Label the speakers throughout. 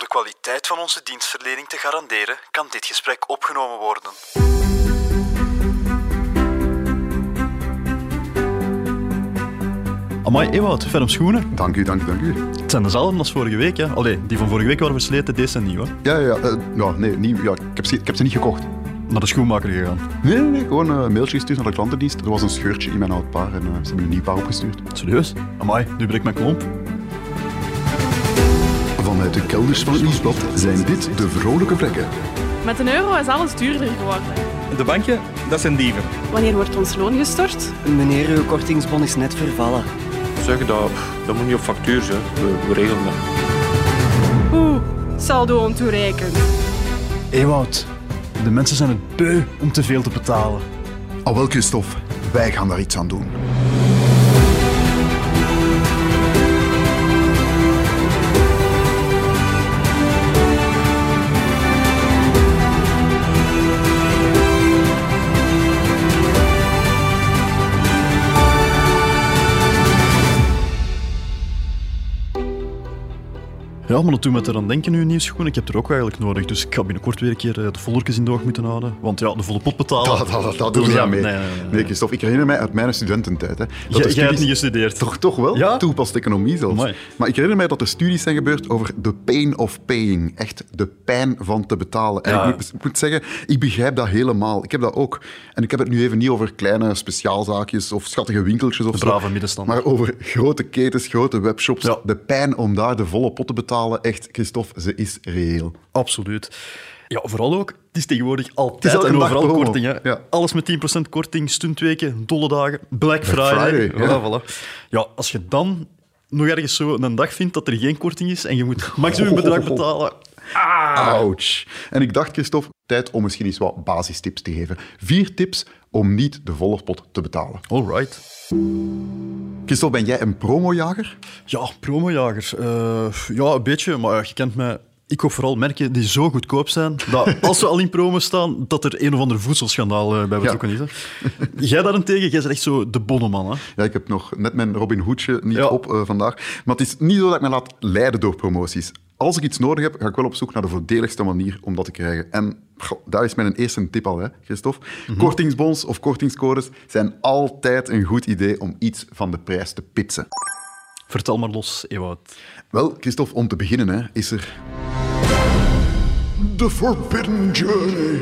Speaker 1: de kwaliteit van onze dienstverlening te garanderen, kan dit gesprek opgenomen worden. Amai, Ewout, ferm schoenen.
Speaker 2: Dank u, dank u, dank u.
Speaker 1: Het zijn dezelfde als vorige week, hè? Allee, die van vorige week waren versleten, deze zijn nieuw, hè?
Speaker 2: Ja, ja, ja, eh, ja nee, nieuw. Ja, ik, heb ze, ik heb ze niet gekocht.
Speaker 1: Naar de schoenmaker gegaan.
Speaker 2: Nee, nee, nee, gewoon eh, een mailtje gestuurd naar de klantendienst. Er was een scheurtje in mijn oud paar en eh, ze hebben een nieuw paar opgestuurd.
Speaker 1: Serieus? Amai, nu breekt mijn klomp.
Speaker 2: Vanuit de kelders van het nieuwsblad zijn dit de vrolijke plekken.
Speaker 3: Met een euro is alles duurder geworden.
Speaker 4: De bankje, dat zijn dieven.
Speaker 3: Wanneer wordt ons loon gestort?
Speaker 5: Meneer, uw kortingsbon is net vervallen.
Speaker 6: zeggen dat dat moet niet op factuur zijn. We, we regelen dat.
Speaker 3: Oeh, saldo ontoereikend.
Speaker 1: Ewout, de mensen zijn het beu om te veel te betalen.
Speaker 2: Al wel, Christophe, wij gaan daar iets aan doen.
Speaker 1: Ja, maar toen met eraan denken, uw nieuwe schoenen, ik heb er ook eigenlijk nodig. Dus ik ga binnenkort weer een keer eh, de vollertjes in de oog moeten houden. Want ja, de volle pot betalen.
Speaker 2: Dat, dat, dat, dat doen we
Speaker 1: Ja,
Speaker 2: aan mee.
Speaker 1: nee, nee, nee.
Speaker 2: Nee, Christophe, ik herinner mij uit mijn studententijd. Hè, dat de
Speaker 1: Jij- jij
Speaker 2: studies-
Speaker 1: hebt niet gestudeerd.
Speaker 2: Toch, toch wel?
Speaker 1: Ja?
Speaker 2: Toegepaste economie zelfs.
Speaker 1: Amai.
Speaker 2: Maar ik herinner mij dat er studies zijn gebeurd over de pain of paying. Echt de pijn van te betalen. En
Speaker 1: Ja.
Speaker 2: ik, moet, ik moet zeggen, ik begrijp dat helemaal. Ik heb dat ook. En ik heb het nu even niet over kleine speciaalzaakjes of schattige winkeltjes of
Speaker 1: De
Speaker 2: zo.
Speaker 1: brave middenstand.
Speaker 2: Maar over grote ketens, grote webshops.
Speaker 1: Ja.
Speaker 2: De pijn om daar de volle pot te betalen. Echt, Christophe, ze is reëel.
Speaker 1: Absoluut. Ja, vooral ook, het is tegenwoordig altijd
Speaker 2: elke
Speaker 1: en
Speaker 2: dag
Speaker 1: overal
Speaker 2: promo.
Speaker 1: korting. Hè.
Speaker 2: Ja.
Speaker 1: Alles met 10% korting, stuntweken, dolle dagen, Black Friday.
Speaker 2: Friday,
Speaker 1: ja.
Speaker 2: ja.
Speaker 1: voilà. ja, als je dan nog ergens zo een dag vindt dat er geen korting is en je moet maximum bedrag betalen,
Speaker 2: Ouch. En ik dacht, Christophe, tijd om misschien eens wat basistips te geven. Vier tips om niet de volle pot te betalen.
Speaker 1: alright.
Speaker 2: Christophe, ben jij een promojager?
Speaker 1: Ja, promojager. Eh, ja, een beetje, maar je kent mij. Ik koop vooral merken die zo goedkoop zijn, dat als ze al in promo staan, dat er een of ander voedselschandaal eh, bij betrokken is. Hè. Jij daarentegen, jij bent echt zo de bonneman. Hè?
Speaker 2: Ja, ik heb nog net mijn Robin Hoedje niet
Speaker 1: Ja.
Speaker 2: op eh, vandaag. Maar het is niet zo dat ik me laat leiden door promoties. Als ik iets nodig heb, ga ik wel op zoek naar de voordeligste manier om dat te krijgen. En goh, daar is mijn eerste tip al, hè, Christophe. Kortingsbons of kortingscodes zijn altijd een goed idee om iets van de prijs te pitsen.
Speaker 1: Vertel maar los, Ewout.
Speaker 2: Wel, Christophe, om te beginnen hè, is er... The Forbidden Journey.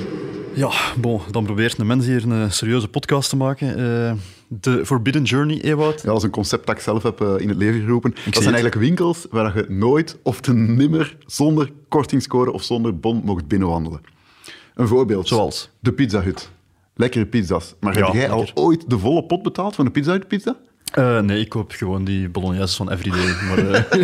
Speaker 1: Ja, bon, dan probeert een mens hier een serieuze podcast te maken. Eh, de Forbidden Journey, Ewout.
Speaker 2: Ja, dat is een concept dat ik zelf heb eh, in het leven geroepen. dat
Speaker 1: zie
Speaker 2: zijn
Speaker 1: het.
Speaker 2: eigenlijk winkels waar je nooit of te nimmer zonder kortingscode of zonder bon mocht binnenwandelen. Een voorbeeld.
Speaker 1: Zoals?
Speaker 2: De Pizza Hut. Lekkere pizza's. Maar
Speaker 1: Ja,
Speaker 2: heb jij
Speaker 1: lekker.
Speaker 2: al ooit de volle pot betaald van de Pizza Hut pizza?
Speaker 1: Eh, nee, ik koop gewoon die bolognese van Everyday. Maar, eh,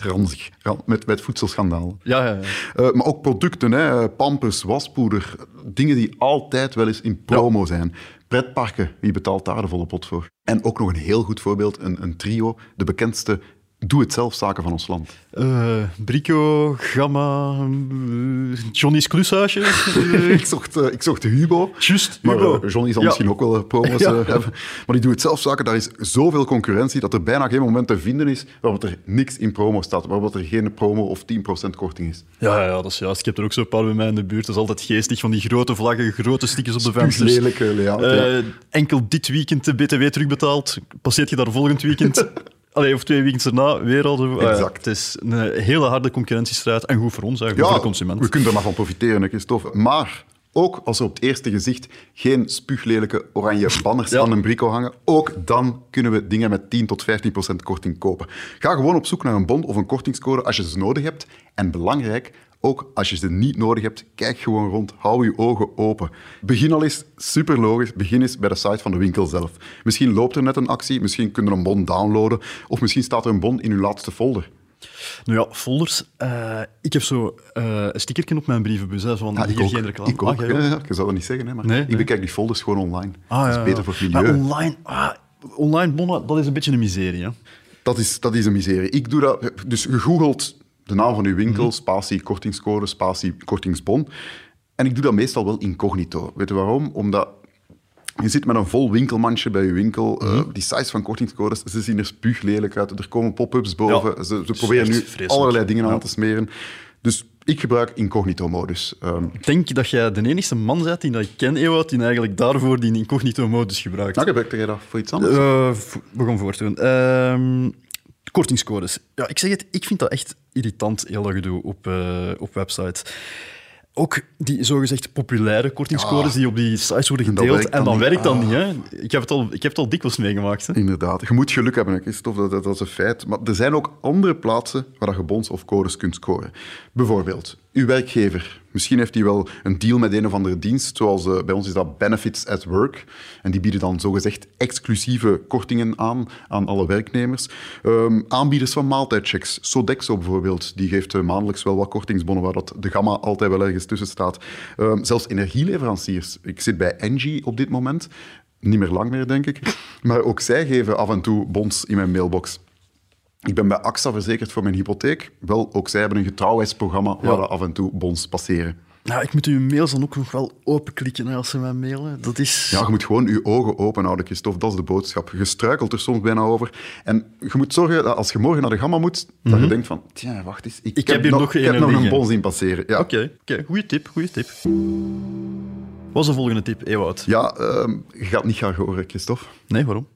Speaker 2: Ranzig. Ran- met, met voedselschandaal.
Speaker 1: ja, ja, ja.
Speaker 2: Eh, maar ook producten, hè, pampers, waspoeder. Dingen die altijd wel eens in promo zijn. Pretparken, wie betaalt daar de volle pot voor? En ook nog een heel goed voorbeeld, een, een trio. De bekendste doe-het-zelf-zaken van ons land.
Speaker 1: Eh, Brico, Gamma, eh, Johnny's Klushuisje. Eh,
Speaker 2: ik, zocht, eh, ik zocht Hubo.
Speaker 1: Juist,
Speaker 2: Maar
Speaker 1: Hubo.
Speaker 2: eh, Johnny zal
Speaker 1: Ja.
Speaker 2: misschien ook wel eh, promo's
Speaker 1: Ja.
Speaker 2: eh, hebben. Maar die doet het zelf zaken. Daar is zoveel concurrentie dat er bijna geen moment te vinden is waarop er niks in promo staat. Waarop er geen promo of 10% korting is.
Speaker 1: ja, ja, dat is juist. Ik heb er ook zo'n paar bij mij in de buurt. Dat is altijd geestig, van die grote vlaggen, grote stickers op de vensters.
Speaker 2: lelijke layout, ja.
Speaker 1: Eh, Enkel dit weekend de BTW terugbetaald. Passeert je daar volgend weekend... Allee, of twee weekends daarna weer al zo. Ah, ja,
Speaker 2: Exact.
Speaker 1: het is een hele harde concurrentiestrijd. En goed voor ons, eigenlijk, voor de consument.
Speaker 2: we kunnen er maar van profiteren, hè, Christophe. Maar ook als er op het eerste gezicht geen spuuglelijke oranje banners
Speaker 1: Ja.
Speaker 2: aan een brico hangen, ook dan kunnen we dingen met 10 tot 15 korting kopen. Ga gewoon op zoek naar een bon of een kortingscode als je ze nodig hebt. En belangrijk, ook als je ze niet nodig hebt, kijk gewoon rond, hou je ogen open. Begin al eens, super logisch, begin eens bij de site van de winkel zelf. Misschien loopt er net een actie, misschien kun je een bon downloaden, of misschien staat er een bon in uw laatste folder.
Speaker 1: Nou ja, folders. eh, ik heb zo eh, een stickertje op mijn brievenbus. Hè, zo van,
Speaker 2: Ja,
Speaker 1: hier
Speaker 2: ook.
Speaker 1: geen reclame.
Speaker 2: Ik ook.
Speaker 1: Ah, jij ook?
Speaker 2: Ja, ja, ik zou dat niet zeggen, hè, maar
Speaker 1: Nee,
Speaker 2: ik
Speaker 1: nee.
Speaker 2: bekijk die folders gewoon online.
Speaker 1: Ah,
Speaker 2: dat is
Speaker 1: ja, ja.
Speaker 2: beter voor het
Speaker 1: Maar
Speaker 2: milieu.
Speaker 1: online, ah, online bonnen, dat is een beetje een miserie. Hè?
Speaker 2: Dat is, dat is een miserie. Ik doe dat... Dus je googelt de naam van uw winkel,
Speaker 1: Mhm.
Speaker 2: spatie kortingscode, spatie kortingsbon. En ik doe dat meestal wel incognito. Weet je waarom? Omdat je zit met een vol winkelmandje bij je winkel. eh,
Speaker 1: Mhm.
Speaker 2: die sites van kortingscodes, ze zien er spuuglelijk uit. Er komen pop-ups boven.
Speaker 1: Ja,
Speaker 2: ze, ze
Speaker 1: het is
Speaker 2: proberen
Speaker 1: echt
Speaker 2: nu
Speaker 1: vreselijk.
Speaker 2: allerlei dingen aan
Speaker 1: Ja.
Speaker 2: te smeren. Dus ik gebruik incognito-modus. Ehm,
Speaker 1: Ik denk dat jij de enige man bent die dat ik ken, Ewout, die eigenlijk daarvoor die incognito-modus gebruikt.
Speaker 2: nou, gebruikte jij dat voor iets anders?
Speaker 1: Eh, v- we gaan voort doen. Ehm, kortingscodes. Ja, ik zeg het, ik vind dat echt irritant, heel dat gedoe op, eh, op websites. Ook die zogezegd populaire kortingscodes die op die sites worden
Speaker 2: En Ah. dat
Speaker 1: gedeeld.
Speaker 2: werkt
Speaker 1: En
Speaker 2: dan
Speaker 1: dan
Speaker 2: niet. Ah.
Speaker 1: werkt dat niet. Hè? Ik, heb het al, ik heb het al dikwijls meegemaakt. Hè?
Speaker 2: Inderdaad. Je moet geluk hebben, hè, Christophe, dat, dat, dat is een feit. Maar er zijn ook andere plaatsen waar dat je bons of codes kunt scoren. Bijvoorbeeld, uw werkgever. Misschien heeft hij wel een deal met een of andere dienst, zoals eh, bij ons is dat Benefits at Work. En die bieden dan zogezegd exclusieve kortingen aan aan alle werknemers. Ehm, aanbieders van maaltijdchecks, Sodexo bijvoorbeeld, die geeft eh, maandelijks wel wat kortingsbonnen waar dat de gamma altijd wel ergens tussen staat. Ehm, zelfs energieleveranciers. Ik zit bij Engie op dit moment. Niet meer lang meer, denk ik. Maar ook zij geven af en toe bons in mijn mailbox. Ik ben bij AXA verzekerd voor mijn hypotheek. Wel, ook zij hebben een getrouwheidsprogramma waar er af en toe bons passeren.
Speaker 1: Nou, ik moet uw mails dan ook nog wel openklikken hè, als ze mij mailen. Dat is...
Speaker 2: Ja, je moet gewoon je ogen open houden, Christophe. Dat is de boodschap. Je struikelt er soms bijna over. En je moet zorgen dat als je morgen naar de gamma moet, dat je denkt van... Tja, wacht eens. Ik,
Speaker 1: Mhm. heb hier nog
Speaker 2: ik heb
Speaker 1: een
Speaker 2: nog een
Speaker 1: liggen."
Speaker 2: bon zien passeren. Ja.
Speaker 1: Oké, oké, goede tip, goede tip. Wat is de volgende tip, Ewout?
Speaker 2: Ja, ehm, je gaat niet gaan horen, Christophe.
Speaker 1: Nee, waarom?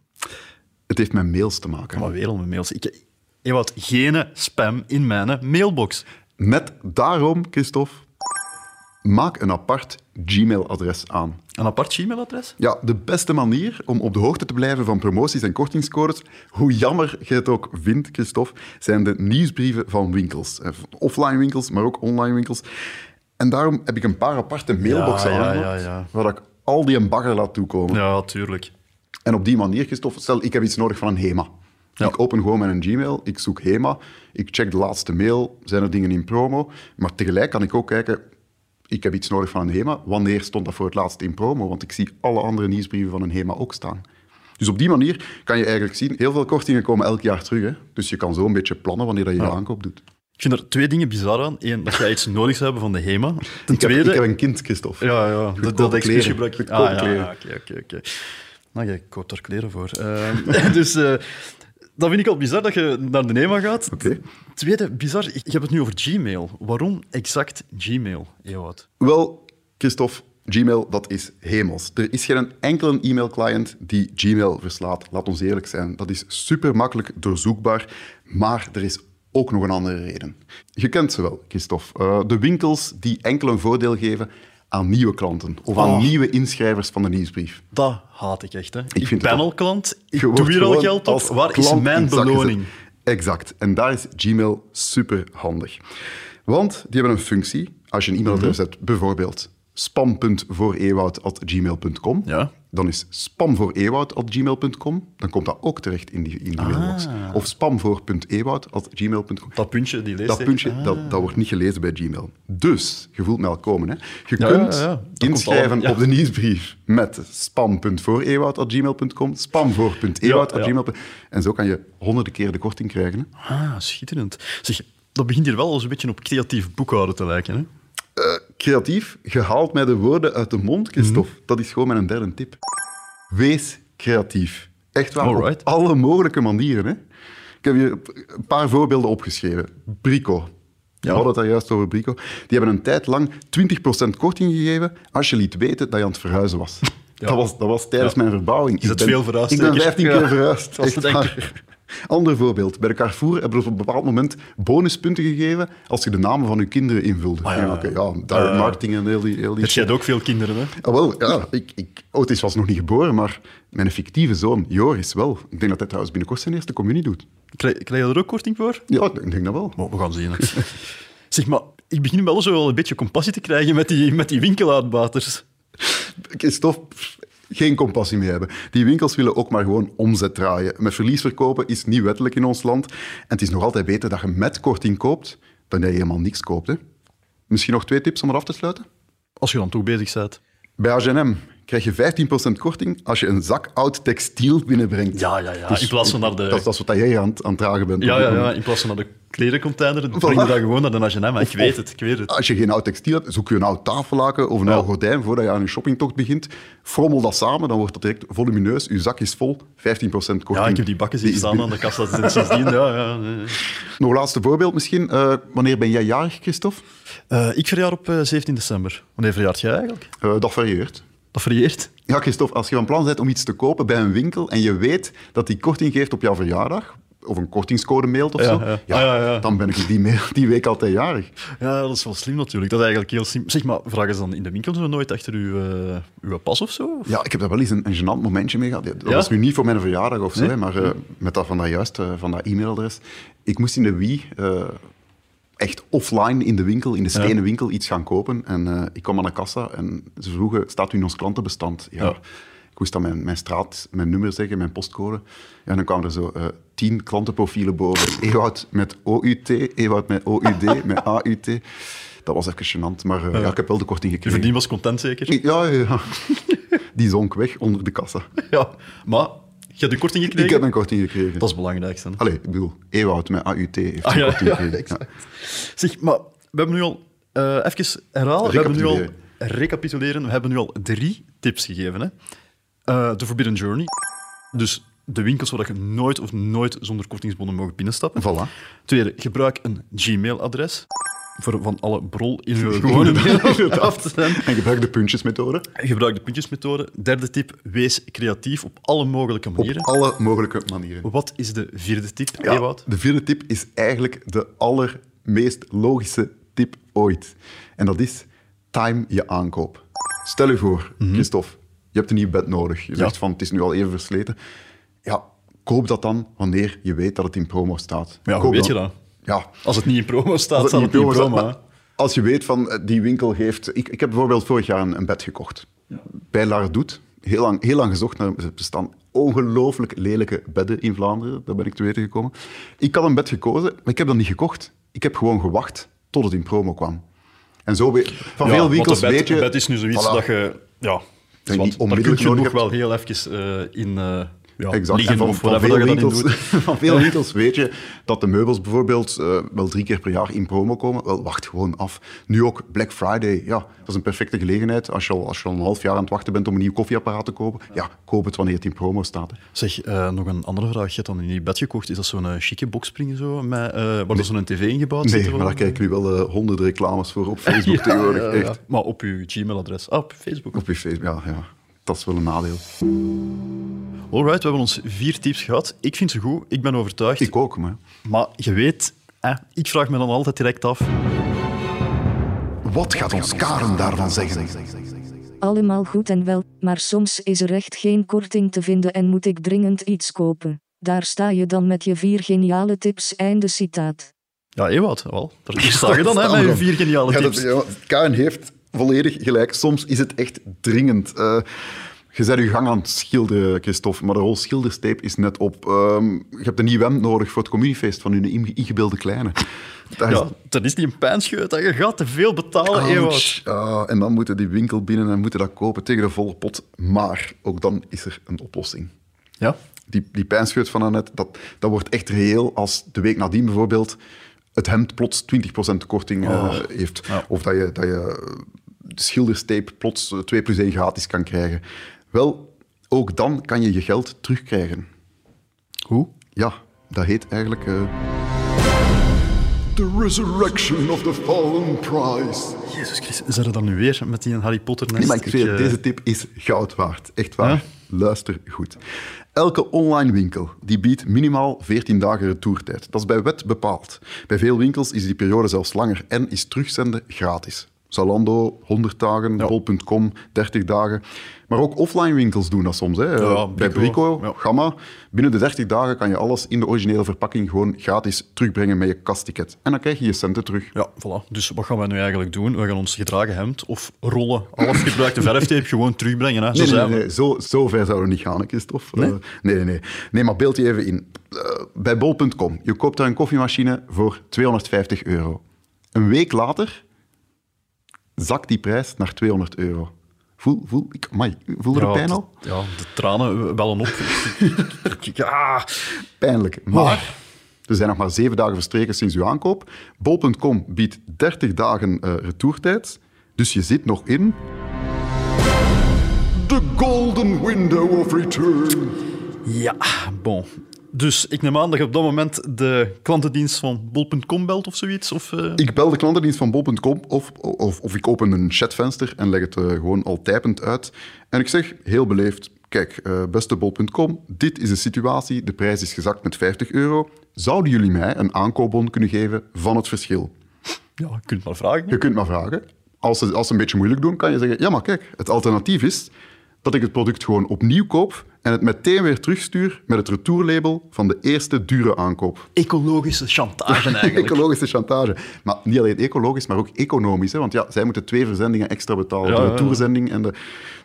Speaker 2: Het heeft met mails te maken.
Speaker 1: Maar weer al mijn mails. Ik, Ewout, geen spam in mijn mailbox.
Speaker 2: Net daarom, Christophe, maak een apart Gmail-adres aan.
Speaker 1: Een apart Gmail-adres?
Speaker 2: Ja, de beste manier om op de hoogte te blijven van promoties en kortingscodes, hoe jammer je het ook vindt, Christophe, zijn de nieuwsbrieven van winkels. Eh, Offline winkels, maar ook online winkels. En daarom heb ik een paar aparte mailboxen
Speaker 1: Ja, ja,
Speaker 2: aangemaakt,
Speaker 1: ja, ja.
Speaker 2: waar ik al die een bagger laat toekomen.
Speaker 1: Ja, tuurlijk.
Speaker 2: En op die manier, Christophe, stel ik heb iets nodig van een HEMA.
Speaker 1: Ja.
Speaker 2: Ik open gewoon mijn Gmail, ik zoek HEMA, ik check de laatste mail, zijn er dingen in promo? Maar tegelijk kan ik ook kijken, ik heb iets nodig van een HEMA, wanneer stond dat voor het laatst in promo? Want ik zie alle andere nieuwsbrieven van een HEMA ook staan. Dus op die manier kan je eigenlijk zien, heel veel kortingen komen elk jaar terug. Hè? Dus je kan zo een beetje plannen wanneer dat je je aankoop doet.
Speaker 1: Ik vind er twee dingen bizar aan. Eén, dat jij iets nodig zou hebben van de HEMA. Ten
Speaker 2: Ik heb,
Speaker 1: tweede...
Speaker 2: ik heb een kind, Christophe.
Speaker 1: Ja, ja. Dat,
Speaker 2: Goedkope
Speaker 1: dat excuus
Speaker 2: kleren.
Speaker 1: gebruik ik.
Speaker 2: Goedkope
Speaker 1: Ah, ja,
Speaker 2: kleren.
Speaker 1: ja, oké, oké, oké. Nou, je koopt daar kleren voor. Ehm, dus eh, dat vind ik al bizar dat je naar de HEMA gaat.
Speaker 2: Oké.
Speaker 1: Tweede, bizar, ik ik heb het nu over Gmail. Waarom exact Gmail, Ewout?
Speaker 2: Wel, Christophe, Gmail, dat is hemels. Er is geen enkele e-mailclient die Gmail verslaat. Laat ons eerlijk zijn. Dat is super makkelijk doorzoekbaar. Maar er is ook nog een andere reden. Je kent ze wel, Christophe. Eh, de winkels die enkel een voordeel geven aan nieuwe klanten of aan
Speaker 1: Oh.
Speaker 2: nieuwe inschrijvers van de nieuwsbrief.
Speaker 1: Dat haat ik echt. Hè. Ik,
Speaker 2: vind het
Speaker 1: ben
Speaker 2: ook-
Speaker 1: al klant, ik
Speaker 2: Je
Speaker 1: doe
Speaker 2: wordt
Speaker 1: hier al
Speaker 2: gewoon
Speaker 1: geld op.
Speaker 2: als
Speaker 1: Waar is
Speaker 2: klant in
Speaker 1: mijn
Speaker 2: het zak
Speaker 1: beloning?
Speaker 2: gezet. Exact. En daar is Gmail super handig. Want die hebben een functie, als je een e-mailadres
Speaker 1: Mhm.
Speaker 2: hebt, bijvoorbeeld spam.voorewoud.gmail.com,
Speaker 1: Ja.
Speaker 2: dan is spamvoorewoud.gmail.com, dan komt dat ook terecht in die, in die mailbox. Of spamvoor.ewoud.gmail.com.
Speaker 1: Ah. Dat puntje, die leest
Speaker 2: Dat
Speaker 1: ik.
Speaker 2: puntje, dat, dat wordt niet gelezen bij Gmail. Dus, je voelt mij al komen. Hè? Je
Speaker 1: Ja,
Speaker 2: kunt
Speaker 1: ja, ja. Dat komt
Speaker 2: inschrijven
Speaker 1: al, ja.
Speaker 2: op de nieuwsbrief met spam.voorewoud.gmail.com, spamvoor.ewoud.gmail.com. En zo kan je honderden keer de korting krijgen. Hè?
Speaker 1: Ah, schitterend. Zeg, dat begint hier wel als een beetje op creatief boekhouden te lijken. Hè?
Speaker 2: Creatief, gehaald met de woorden uit de mond, Christophe.
Speaker 1: Mhm.
Speaker 2: Dat is gewoon mijn derde tip. Wees creatief. Echt waar,
Speaker 1: Alright.
Speaker 2: op alle mogelijke manieren. Hè? Ik heb hier een paar voorbeelden opgeschreven. Brico. We hadden het daar juist over Brico. Die hebben een tijd lang 20% korting gegeven als je liet weten dat je aan het verhuizen was. Dat, was dat was tijdens mijn verbouwing.
Speaker 1: dat
Speaker 2: Ik ben-
Speaker 1: veel verhuisd,
Speaker 2: Ik ben
Speaker 1: zeker?
Speaker 2: 15
Speaker 1: Ja.
Speaker 2: keer verhuisd.
Speaker 1: Dat is
Speaker 2: Echt
Speaker 1: denk ik.
Speaker 2: waar. Ander voorbeeld. Bij de Carrefour hebben ze op een bepaald moment bonuspunten gegeven als je de namen van je kinderen invulde.
Speaker 1: Ah, ja.
Speaker 2: ja, oké, ja, direct
Speaker 1: Eh,
Speaker 2: marketing en heel die... Heel die
Speaker 1: Het schijnt ook veel kinderen, hè?
Speaker 2: Ah, wel, ja, ik, ik, Otis was nog niet geboren, maar mijn fictieve zoon Joris wel. Ik denk dat hij trouwens binnenkort zijn eerste communie doet.
Speaker 1: Krijg, krijg je er ook korting voor?
Speaker 2: Ja, ik denk, ik denk dat wel.
Speaker 1: Maar we gaan zien. hè. zeg, maar ik begin wel zo wel een beetje compassie te krijgen met die, met die winkelaanbaters.
Speaker 2: Christophe, pff, geen compassie meer hebben. Die winkels willen ook maar gewoon omzet draaien. Met verlies verkopen is niet wettelijk in ons land. En het is nog altijd beter dat je met korting koopt dan dat je helemaal niks koopt. Hè? Misschien nog twee tips om er af te sluiten?
Speaker 1: Als je dan toch bezig bent.
Speaker 2: Bij H&M krijg je 15% korting als je een zak oud textiel binnenbrengt. Dus
Speaker 1: Ja, ja, ja. In plaats van naar de-
Speaker 2: Dat, dat is wat jij aan, het- aan het dragen bent.
Speaker 1: Ja, ja, ja. In plaats van naar de klerencontainer, breng je dat gewoon naar de H&M. hè. Ik weet het, ik weet het.
Speaker 2: Als je geen oud textiel hebt, zoek je een oud tafellaken of een oud gordijn voordat je aan je shoppingtocht begint. Frommel dat samen, dan wordt dat direct volumineus. Je zak is vol, 15% korting.
Speaker 1: Ja, ik heb die bakken zien
Speaker 2: Die is
Speaker 1: staan aan de kassa sinds- sindsdien. Ja, ja, ja.
Speaker 2: Nog laatste voorbeeld misschien. Eh, wanneer ben jij jarig, Christophe?
Speaker 1: Eh, ik verjaar op eh, 17 december. Wanneer verjaart jij eigenlijk?
Speaker 2: Eh, dat varieert.
Speaker 1: Dat varieert.
Speaker 2: Ja, Christophe, als je van plan bent om iets te kopen bij een winkel en je weet dat die korting geeft op jouw verjaardag, of een kortingscode mailt of
Speaker 1: Ja,
Speaker 2: zo,
Speaker 1: ja. Ah, ja, ja.
Speaker 2: dan ben ik die, mail- die week altijd jarig.
Speaker 1: Ja, dat is wel slim natuurlijk. Dat is eigenlijk heel slim. Zeg maar, vragen ze dan in de winkel zo nooit achter uw, eh, uw pas of zo?
Speaker 2: Ja, ik heb daar wel eens een, een gênant momentje mee gehad. Dat
Speaker 1: Ja?
Speaker 2: was nu niet voor mijn verjaardag of zo, hè, maar eh, met dat van dat juist, eh, van dat e-mailadres. Ik moest in de Wii eh, echt offline in de winkel, in de stenen winkel, iets gaan kopen. En eh, ik kwam aan de kassa en ze vroegen, staat u in ons klantenbestand? Ja.
Speaker 1: Ja.
Speaker 2: Ik moest dan mijn, mijn straat, mijn nummer zeggen, mijn postcode. Ja, en dan kwamen er zo eh, tien klantenprofielen boven. Ewout met OUT, Ewout met OUD, met AUT. Dat was even gênant, maar eh, ja, ik heb wel de korting
Speaker 1: Je
Speaker 2: gekregen.
Speaker 1: verdien was content zeker.
Speaker 2: Ja, ja, ja. Die zonk weg onder de kassa.
Speaker 1: Ja. Maar, je hebt een korting gekregen?
Speaker 2: Ik heb een korting gekregen.
Speaker 1: Dat is het belangrijkste.
Speaker 2: Allee, ik bedoel, Ewout met AUT heeft
Speaker 1: Ah,
Speaker 2: een
Speaker 1: ja,
Speaker 2: korting
Speaker 1: ja,
Speaker 2: gekregen.
Speaker 1: exact.
Speaker 2: Ja.
Speaker 1: Zeg, maar we hebben nu al... eh, even herhalen. We hebben nu al...
Speaker 2: Recapituleren.
Speaker 1: Recapituleren. We hebben nu al drie tips gegeven. Hè. Eh, The Forbidden Journey. Dus de winkels waar je nooit of nooit zonder kortingsbonnen mag binnenstappen.
Speaker 2: Voilà.
Speaker 1: Tweede, gebruik een Gmail-adres. Voor van alle brol in je gewone mail af te zijn.
Speaker 2: En gebruik de puntjesmethode
Speaker 1: Gebruik de puntjesmethode. Derde tip, wees creatief op alle mogelijke
Speaker 2: op
Speaker 1: manieren.
Speaker 2: alle mogelijke manieren.
Speaker 1: Wat is de vierde tip,
Speaker 2: Ja,
Speaker 1: Ewout?
Speaker 2: de vierde tip is eigenlijk de allermeest logische tip ooit. En dat is, time je aankoop. Stel je voor,
Speaker 1: Mhm.
Speaker 2: Christophe, je hebt een nieuw bed nodig. Je zegt van, het is nu al even versleten. Ja, koop dat dan wanneer je weet dat het in promo staat.
Speaker 1: Ja, hoe
Speaker 2: Koop
Speaker 1: weet je dat?
Speaker 2: Ja,
Speaker 1: Als het niet in promo staat,
Speaker 2: Als
Speaker 1: staat
Speaker 2: het
Speaker 1: het niet in
Speaker 2: niet
Speaker 1: promo.
Speaker 2: promo
Speaker 1: hè.
Speaker 2: staat, maar Als je weet van eh, die winkel heeft. Ik, ik heb bijvoorbeeld vorig jaar een, een bed gekocht. Bij Lardoet. Heel lang, heel lang gezocht naar. Er bestaan ongelooflijk lelijke bedden in Vlaanderen. Daar ben ik te weten gekomen. Ik had een bed gekozen, maar ik heb dat niet gekocht. Ik heb gewoon gewacht tot het in promo kwam. En zo weet, van
Speaker 1: Ja,
Speaker 2: veel
Speaker 1: want
Speaker 2: winkels
Speaker 1: een bed,
Speaker 2: weet je.
Speaker 1: een bed is nu zoiets
Speaker 2: Voilà.
Speaker 1: dat je... Ja,
Speaker 2: je
Speaker 1: zwart, daar
Speaker 2: niet
Speaker 1: kun
Speaker 2: onmiddellijk
Speaker 1: je nog
Speaker 2: nodig hebt.
Speaker 1: wel heel even eh, in eh, ja,
Speaker 2: Exact.
Speaker 1: liggen
Speaker 2: En van,
Speaker 1: of
Speaker 2: van,
Speaker 1: whatever
Speaker 2: veel
Speaker 1: dat je dan in
Speaker 2: winkels,
Speaker 1: doet.
Speaker 2: van veel winkels weet je dat de meubels bijvoorbeeld eh, wel drie keer per jaar in promo komen. Wel, wacht gewoon af. Nu ook Black Friday. Ja, dat is een perfecte gelegenheid. Als je, al, als je al een half jaar aan het wachten bent om een nieuw koffieapparaat te kopen, ja, koop het wanneer het in promo staat. hè.
Speaker 1: Zeg, eh, nog een andere vraag. Je hebt dan in je bed gekocht. Is dat zo'n eh, chique boxspring zo, met, eh, waar er zo'n tv ingebouwd zit?
Speaker 2: Nee, maar daar kijken nu wel eh, honderden reclames voor op Facebook tegenwoordig.
Speaker 1: Ja, ja,
Speaker 2: Echt.
Speaker 1: Ah, ja. Maar op je Gmail-adres. Ah, op Facebook.
Speaker 2: Op je Facebook, ja, ja. Dat is wel een nadeel.
Speaker 1: Alright, we hebben ons vier tips gehad. Ik vind ze goed. Ik ben overtuigd.
Speaker 2: Ik ook, maar
Speaker 1: Maar je weet, hè, ik vraag me dan altijd direct af.
Speaker 2: wat gaat ons Karen daarvan zeggen?
Speaker 7: Allemaal goed en wel, maar soms is er echt geen korting te vinden en moet ik dringend iets kopen. Daar sta je dan met je vier geniale tips. Einde citaat.
Speaker 1: Ja, Ewout, wel. Daar sta je dan hè, met je vier geniale
Speaker 2: Ja, dat-
Speaker 1: tips.
Speaker 2: ja, want Karen heeft volledig gelijk. Soms is het echt dringend. Eh, je zet je gang aan het schilderen, Christophe, maar de rol schilderstape is net op. Ehm, je hebt een nieuw wemp nodig voor het communiefeest van hun inge- ingebeelde kleine. Daar is-
Speaker 1: Ja, dat Ah, is niet een pijnscheut. hè. Je gaat te veel betalen,
Speaker 2: Ouch.
Speaker 1: Ewout.
Speaker 2: Ah, en dan moeten die winkel binnen en moeten dat kopen tegen de volle pot. Maar ook dan is er een oplossing.
Speaker 1: Ja.
Speaker 2: Die, die pijnscheut van Annette, dat, dat wordt echt reëel als de week nadien bijvoorbeeld het hemd plots 20% korting eh, heeft. Of dat je, dat je eh, de schilderstape plots eh, 2 plus 1 gratis kan krijgen. Wel, ook dan kan je je geld terugkrijgen.
Speaker 1: Hoe?
Speaker 2: Ja, dat heet eigenlijk... eh, The resurrection of the fallen price.
Speaker 1: Jezus Christus, zijn er dan nu weer met die Harry Potter nest?
Speaker 2: Nee, maar ik
Speaker 1: Ik,
Speaker 2: weet,
Speaker 1: eh,
Speaker 2: het, deze tip is goud waard. Echt waar. Luister goed. Elke online winkel die biedt minimaal 14 dagen retourtijd. Dat is bij wet bepaald. Bij veel winkels is die periode zelfs langer en is terugzenden gratis. Zalando, 100 dagen, bol.com, 30 dagen. Maar ook offline winkels doen dat soms. Hè.
Speaker 1: Ja,
Speaker 2: bij
Speaker 1: Brico,
Speaker 2: Brico,
Speaker 1: ja.
Speaker 2: Gamma. Binnen de 30 dagen kan je alles in de originele verpakking gewoon gratis terugbrengen met je kastticket. En dan krijg je je centen terug.
Speaker 1: Ja, voilà. Dus wat gaan wij nu eigenlijk doen? We gaan ons gedragen hemd of rollen, al afgebruikte verftape gewoon terugbrengen. Hè? Zo
Speaker 2: nee,
Speaker 1: zijn
Speaker 2: nee,
Speaker 1: we.
Speaker 2: nee, zo, zo ver zouden we niet gaan, hè, Christophe. Nee? nee, nee, nee. Nee, maar beeld je even in. Eh, bij bol.com, je koopt daar een koffiemachine voor 250 euro. Een week later zakt die prijs naar 200 euro. Voel, voel, ik, amai, voel er
Speaker 1: Ja,
Speaker 2: de pijn
Speaker 1: de-
Speaker 2: al?
Speaker 1: Ja, de tranen wellen op. ja.
Speaker 2: Pijnlijk. Maar er zijn nog maar zeven dagen verstreken sinds uw aankoop. Bol.com biedt 30 dagen eh, retourtijd. Dus je zit nog in. The golden window of return.
Speaker 1: Ja, bon. Dus ik neem aan dat je op dat moment de klantendienst van bol.com belt of zoiets? Of, eh,
Speaker 2: Ik bel de klantendienst van bol.com of, of, of ik open een chatvenster en leg het eh, gewoon al typend uit. En ik zeg heel beleefd, kijk, eh, beste bol.com, dit is de situatie, de prijs is gezakt met 50 euro. Zouden jullie mij een aankoopbon kunnen geven van het verschil?
Speaker 1: Ja, je kunt maar vragen.
Speaker 2: Je kunt maar vragen. Als ze, als ze een beetje moeilijk doen, kan je zeggen, ja maar kijk, het alternatief is dat ik het product gewoon opnieuw koop en het meteen weer terugstuur met het retourlabel van de eerste dure aankoop.
Speaker 1: Ecologische chantage eigenlijk.
Speaker 2: Ecologische chantage. Maar niet alleen ecologisch, maar ook economisch. Hè? Want ja, zij moeten twee verzendingen extra betalen.
Speaker 1: Ja,
Speaker 2: de
Speaker 1: ja, ja.
Speaker 2: retourzending en de...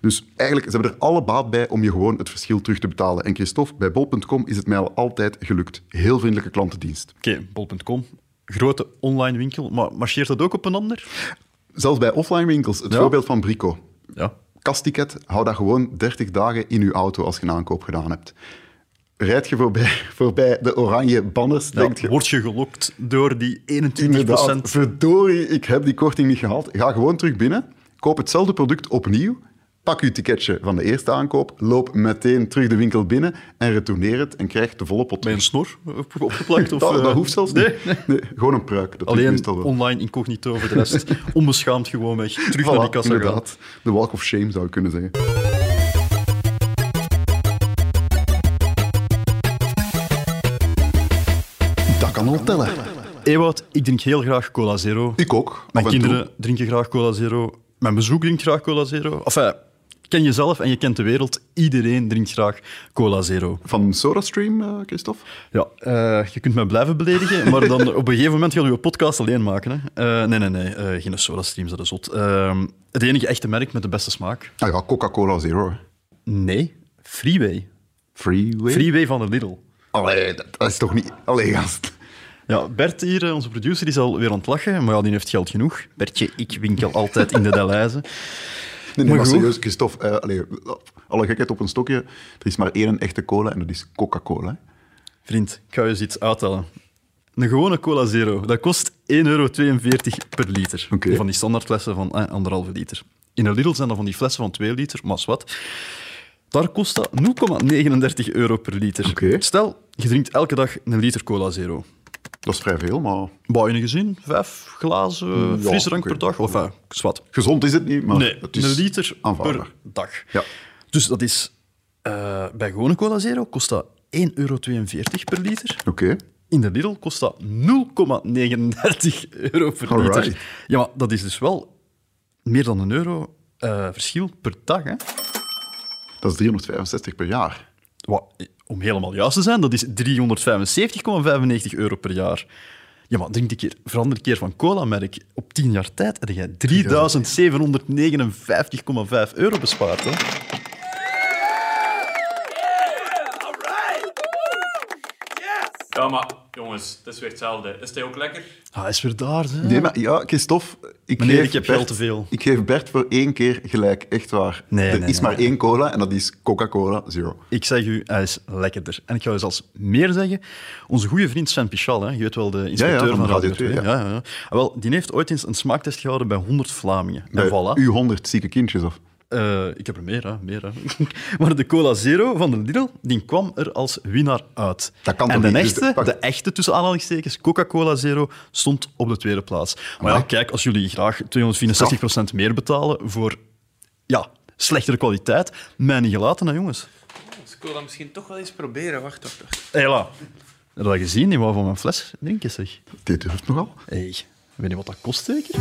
Speaker 2: Dus eigenlijk, ze hebben er alle baat bij om je gewoon het verschil terug te betalen. En Christophe, bij bol.com is het mij al altijd gelukt. Heel vriendelijke klantendienst.
Speaker 1: Oké, bol.com. Grote online winkel, maar marcheert dat ook op een ander?
Speaker 2: Zelfs bij offline winkels. Het
Speaker 1: Ja.
Speaker 2: voorbeeld van Brico.
Speaker 1: Ja.
Speaker 2: Kastticket, hou dat gewoon 30 dagen in uw auto als je een aankoop gedaan hebt. Rijd je voorbij, voorbij de oranje banners, denkt je...
Speaker 1: Word je gelokt door die 21%?
Speaker 2: Inderdaad, verdorie, ik heb die korting niet gehaald. Ga gewoon terug binnen, koop hetzelfde product opnieuw, pak je ticketje van de eerste aankoop, loop meteen terug de winkel binnen en retourneer het en krijg de volle pot.
Speaker 1: Met een snor op- opgeplakt? Of,
Speaker 2: dat, dat
Speaker 1: eh,
Speaker 2: hoeft zelfs
Speaker 1: nee.
Speaker 2: niet. Nee, gewoon een pruik. Dat doe ik
Speaker 1: Alleen
Speaker 2: meestal wel.
Speaker 1: online incognito voor de rest. Onbeschaamd gewoon weg. Terug naar die
Speaker 2: Voilà,
Speaker 1: kassa gaan.
Speaker 2: inderdaad. De walk of shame zou ik kunnen zeggen. Dat kan al tellen.
Speaker 1: Ewout, ik drink heel graag Cola Zero.
Speaker 2: Ik ook.
Speaker 1: Mijn
Speaker 2: af en toe.
Speaker 1: kinderen drinken graag Cola Zero. Mijn bezoek drinkt graag Cola Zero. Enfin, ken jezelf en je kent de wereld. Iedereen drinkt graag Cola Zero.
Speaker 2: Van SodaStream, eh, Christophe?
Speaker 1: Ja, eh, je kunt mij blijven beledigen, maar dan op een gegeven moment gaan we een podcast alleen maken. Hè. Eh, nee, nee, nee. eh, geen SodaStream, dat is zot. Ehm, het enige echte merk met de beste smaak?
Speaker 2: Ah ja, Coca-Cola Zero. hè.
Speaker 1: Nee, Freeway.
Speaker 2: Freeway?
Speaker 1: Freeway van de Lidl.
Speaker 2: Allee, dat, dat is toch niet... Allee, gast.
Speaker 1: Ja, Bert hier, eh, onze producer, die is al weer aan het lachen, maar ja, die heeft geld genoeg. Bertje, ik winkel altijd in de Deleuze.
Speaker 2: Nee, nee, maar
Speaker 1: goed.
Speaker 2: serieus, Christophe, eh, allee, alle gekheid op een stokje. Er is maar één echte cola en dat is Coca-Cola. hè.
Speaker 1: Vriend, ik ga je eens iets uittellen. Een gewone cola zero, dat kost 1,42 euro per liter.
Speaker 2: Oké.
Speaker 1: Van die standaardflessen van eh, anderhalve liter. In een Lidl zijn dat van die flessen van 2 liter, maar wat. Daar kost dat 0,39 euro per liter.
Speaker 2: Oké.
Speaker 1: Stel, je drinkt elke dag een liter cola zero.
Speaker 2: Dat is vrij veel, maar
Speaker 1: Bouw je een gezin, vijf glazen
Speaker 2: Mm, Ja,
Speaker 1: frisdrank
Speaker 2: oké.
Speaker 1: per dag, of eh, zwart.
Speaker 2: gezond is het niet. Maar
Speaker 1: Nee,
Speaker 2: het is
Speaker 1: een liter
Speaker 2: aanvaardbaar.
Speaker 1: per dag.
Speaker 2: Ja.
Speaker 1: Dus dat is... eh, bij gewone cola zero kost dat 1,42 euro per liter.
Speaker 2: Oké.
Speaker 1: In de Lidl kost dat 0,39 euro per
Speaker 2: Alright.
Speaker 1: liter. Ja, maar dat is dus wel meer dan een euro eh, verschil per dag. Hè?
Speaker 2: Dat is 365 per jaar.
Speaker 1: Wat, eh, om helemaal juist te zijn, dat is 375,95 euro per jaar. Ja, maar drink een keer, verander een keer van cola-merk. Op 10 jaar tijd heb jij 3.759,5 euro bespaard. Hè?
Speaker 8: Ja, maar jongens, het is weer hetzelfde. Is hij ook lekker?
Speaker 1: Hij Ah, is weer daar. Hè?
Speaker 2: Nee, maar ja, Christophe... Ik
Speaker 1: Meneer,
Speaker 2: geef
Speaker 1: ik heb
Speaker 2: Bert-
Speaker 1: veel te veel.
Speaker 2: Ik geef Bert voor één keer gelijk, echt waar.
Speaker 1: Nee,
Speaker 2: er
Speaker 1: nee,
Speaker 2: is
Speaker 1: nee.
Speaker 2: maar één cola en dat is Coca-Cola Zero.
Speaker 1: Ik zeg u, hij is lekkerder. En ik ga u zelfs meer zeggen. Onze goede vriend Sven Pichal, hè, je weet wel, de inspecteur
Speaker 2: Ja, ja,
Speaker 1: van Radio 2. Ja. Ja, ja. Ah, Wel, die heeft ooit eens een smaaktest gehouden bij 100 Vlamingen. En voilà.
Speaker 2: U 100 Eh, zieke kindjes of...
Speaker 1: Eh, ik heb er meer, hè, meer hè. Maar de Cola Zero van de Lidl, die kwam er als winnaar uit.
Speaker 2: Dat kan
Speaker 1: en
Speaker 2: toch
Speaker 1: de
Speaker 2: niet? Dus
Speaker 1: echte,
Speaker 2: de- wacht.
Speaker 1: de echte tussen aanhalingstekens, Coca-Cola Zero, stond op de tweede plaats. Maar ja,
Speaker 2: Amai.
Speaker 1: kijk, als jullie graag 264% meer betalen voor ja, slechtere kwaliteit, mij niet gelaten, hè, jongens.
Speaker 8: Dus ik wil dat misschien toch wel eens proberen. Wacht, wacht, wacht.
Speaker 1: Hela. Heb je dat gezien? Die wou van mijn fles drinken, zeg.
Speaker 2: Dit durft nogal.
Speaker 1: Hey, weet je wat dat kost, zeker?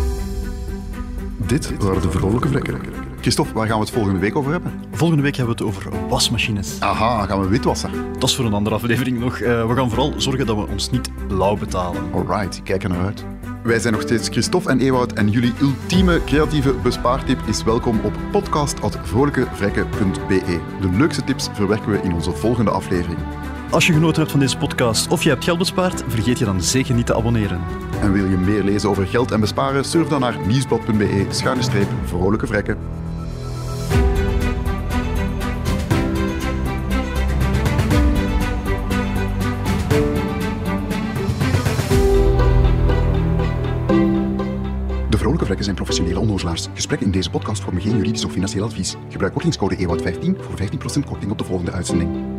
Speaker 2: Dit waren de vrolijke vlekken. Christophe, waar gaan we het volgende week over hebben?
Speaker 1: Volgende week hebben we het over wasmachines.
Speaker 2: Aha, gaan we witwassen.
Speaker 1: Dat is voor een andere aflevering nog. Eh, we gaan vooral zorgen dat we ons niet blauw betalen.
Speaker 2: Alright, ik kijk er naar uit. Wij zijn nog steeds Christophe en Ewout en jullie ultieme creatieve bespaartip is welkom op podcast.vrolijkevrekken.be. De leukste tips verwerken we in onze volgende aflevering.
Speaker 1: Als je genoten hebt van deze podcast of je hebt geld bespaard, vergeet je dan zeker niet te abonneren.
Speaker 2: En wil je meer lezen over geld en besparen? Surf dan naar nieuwsblad.be-vrolijkevrekken. Contactgesprekken zijn professionele onnozelaars. Gesprekken E in deze podcast vormen geen juridisch of financieel advies. Gebruik kortingscode EWOUD15 voor 15% korting op de volgende uitzending.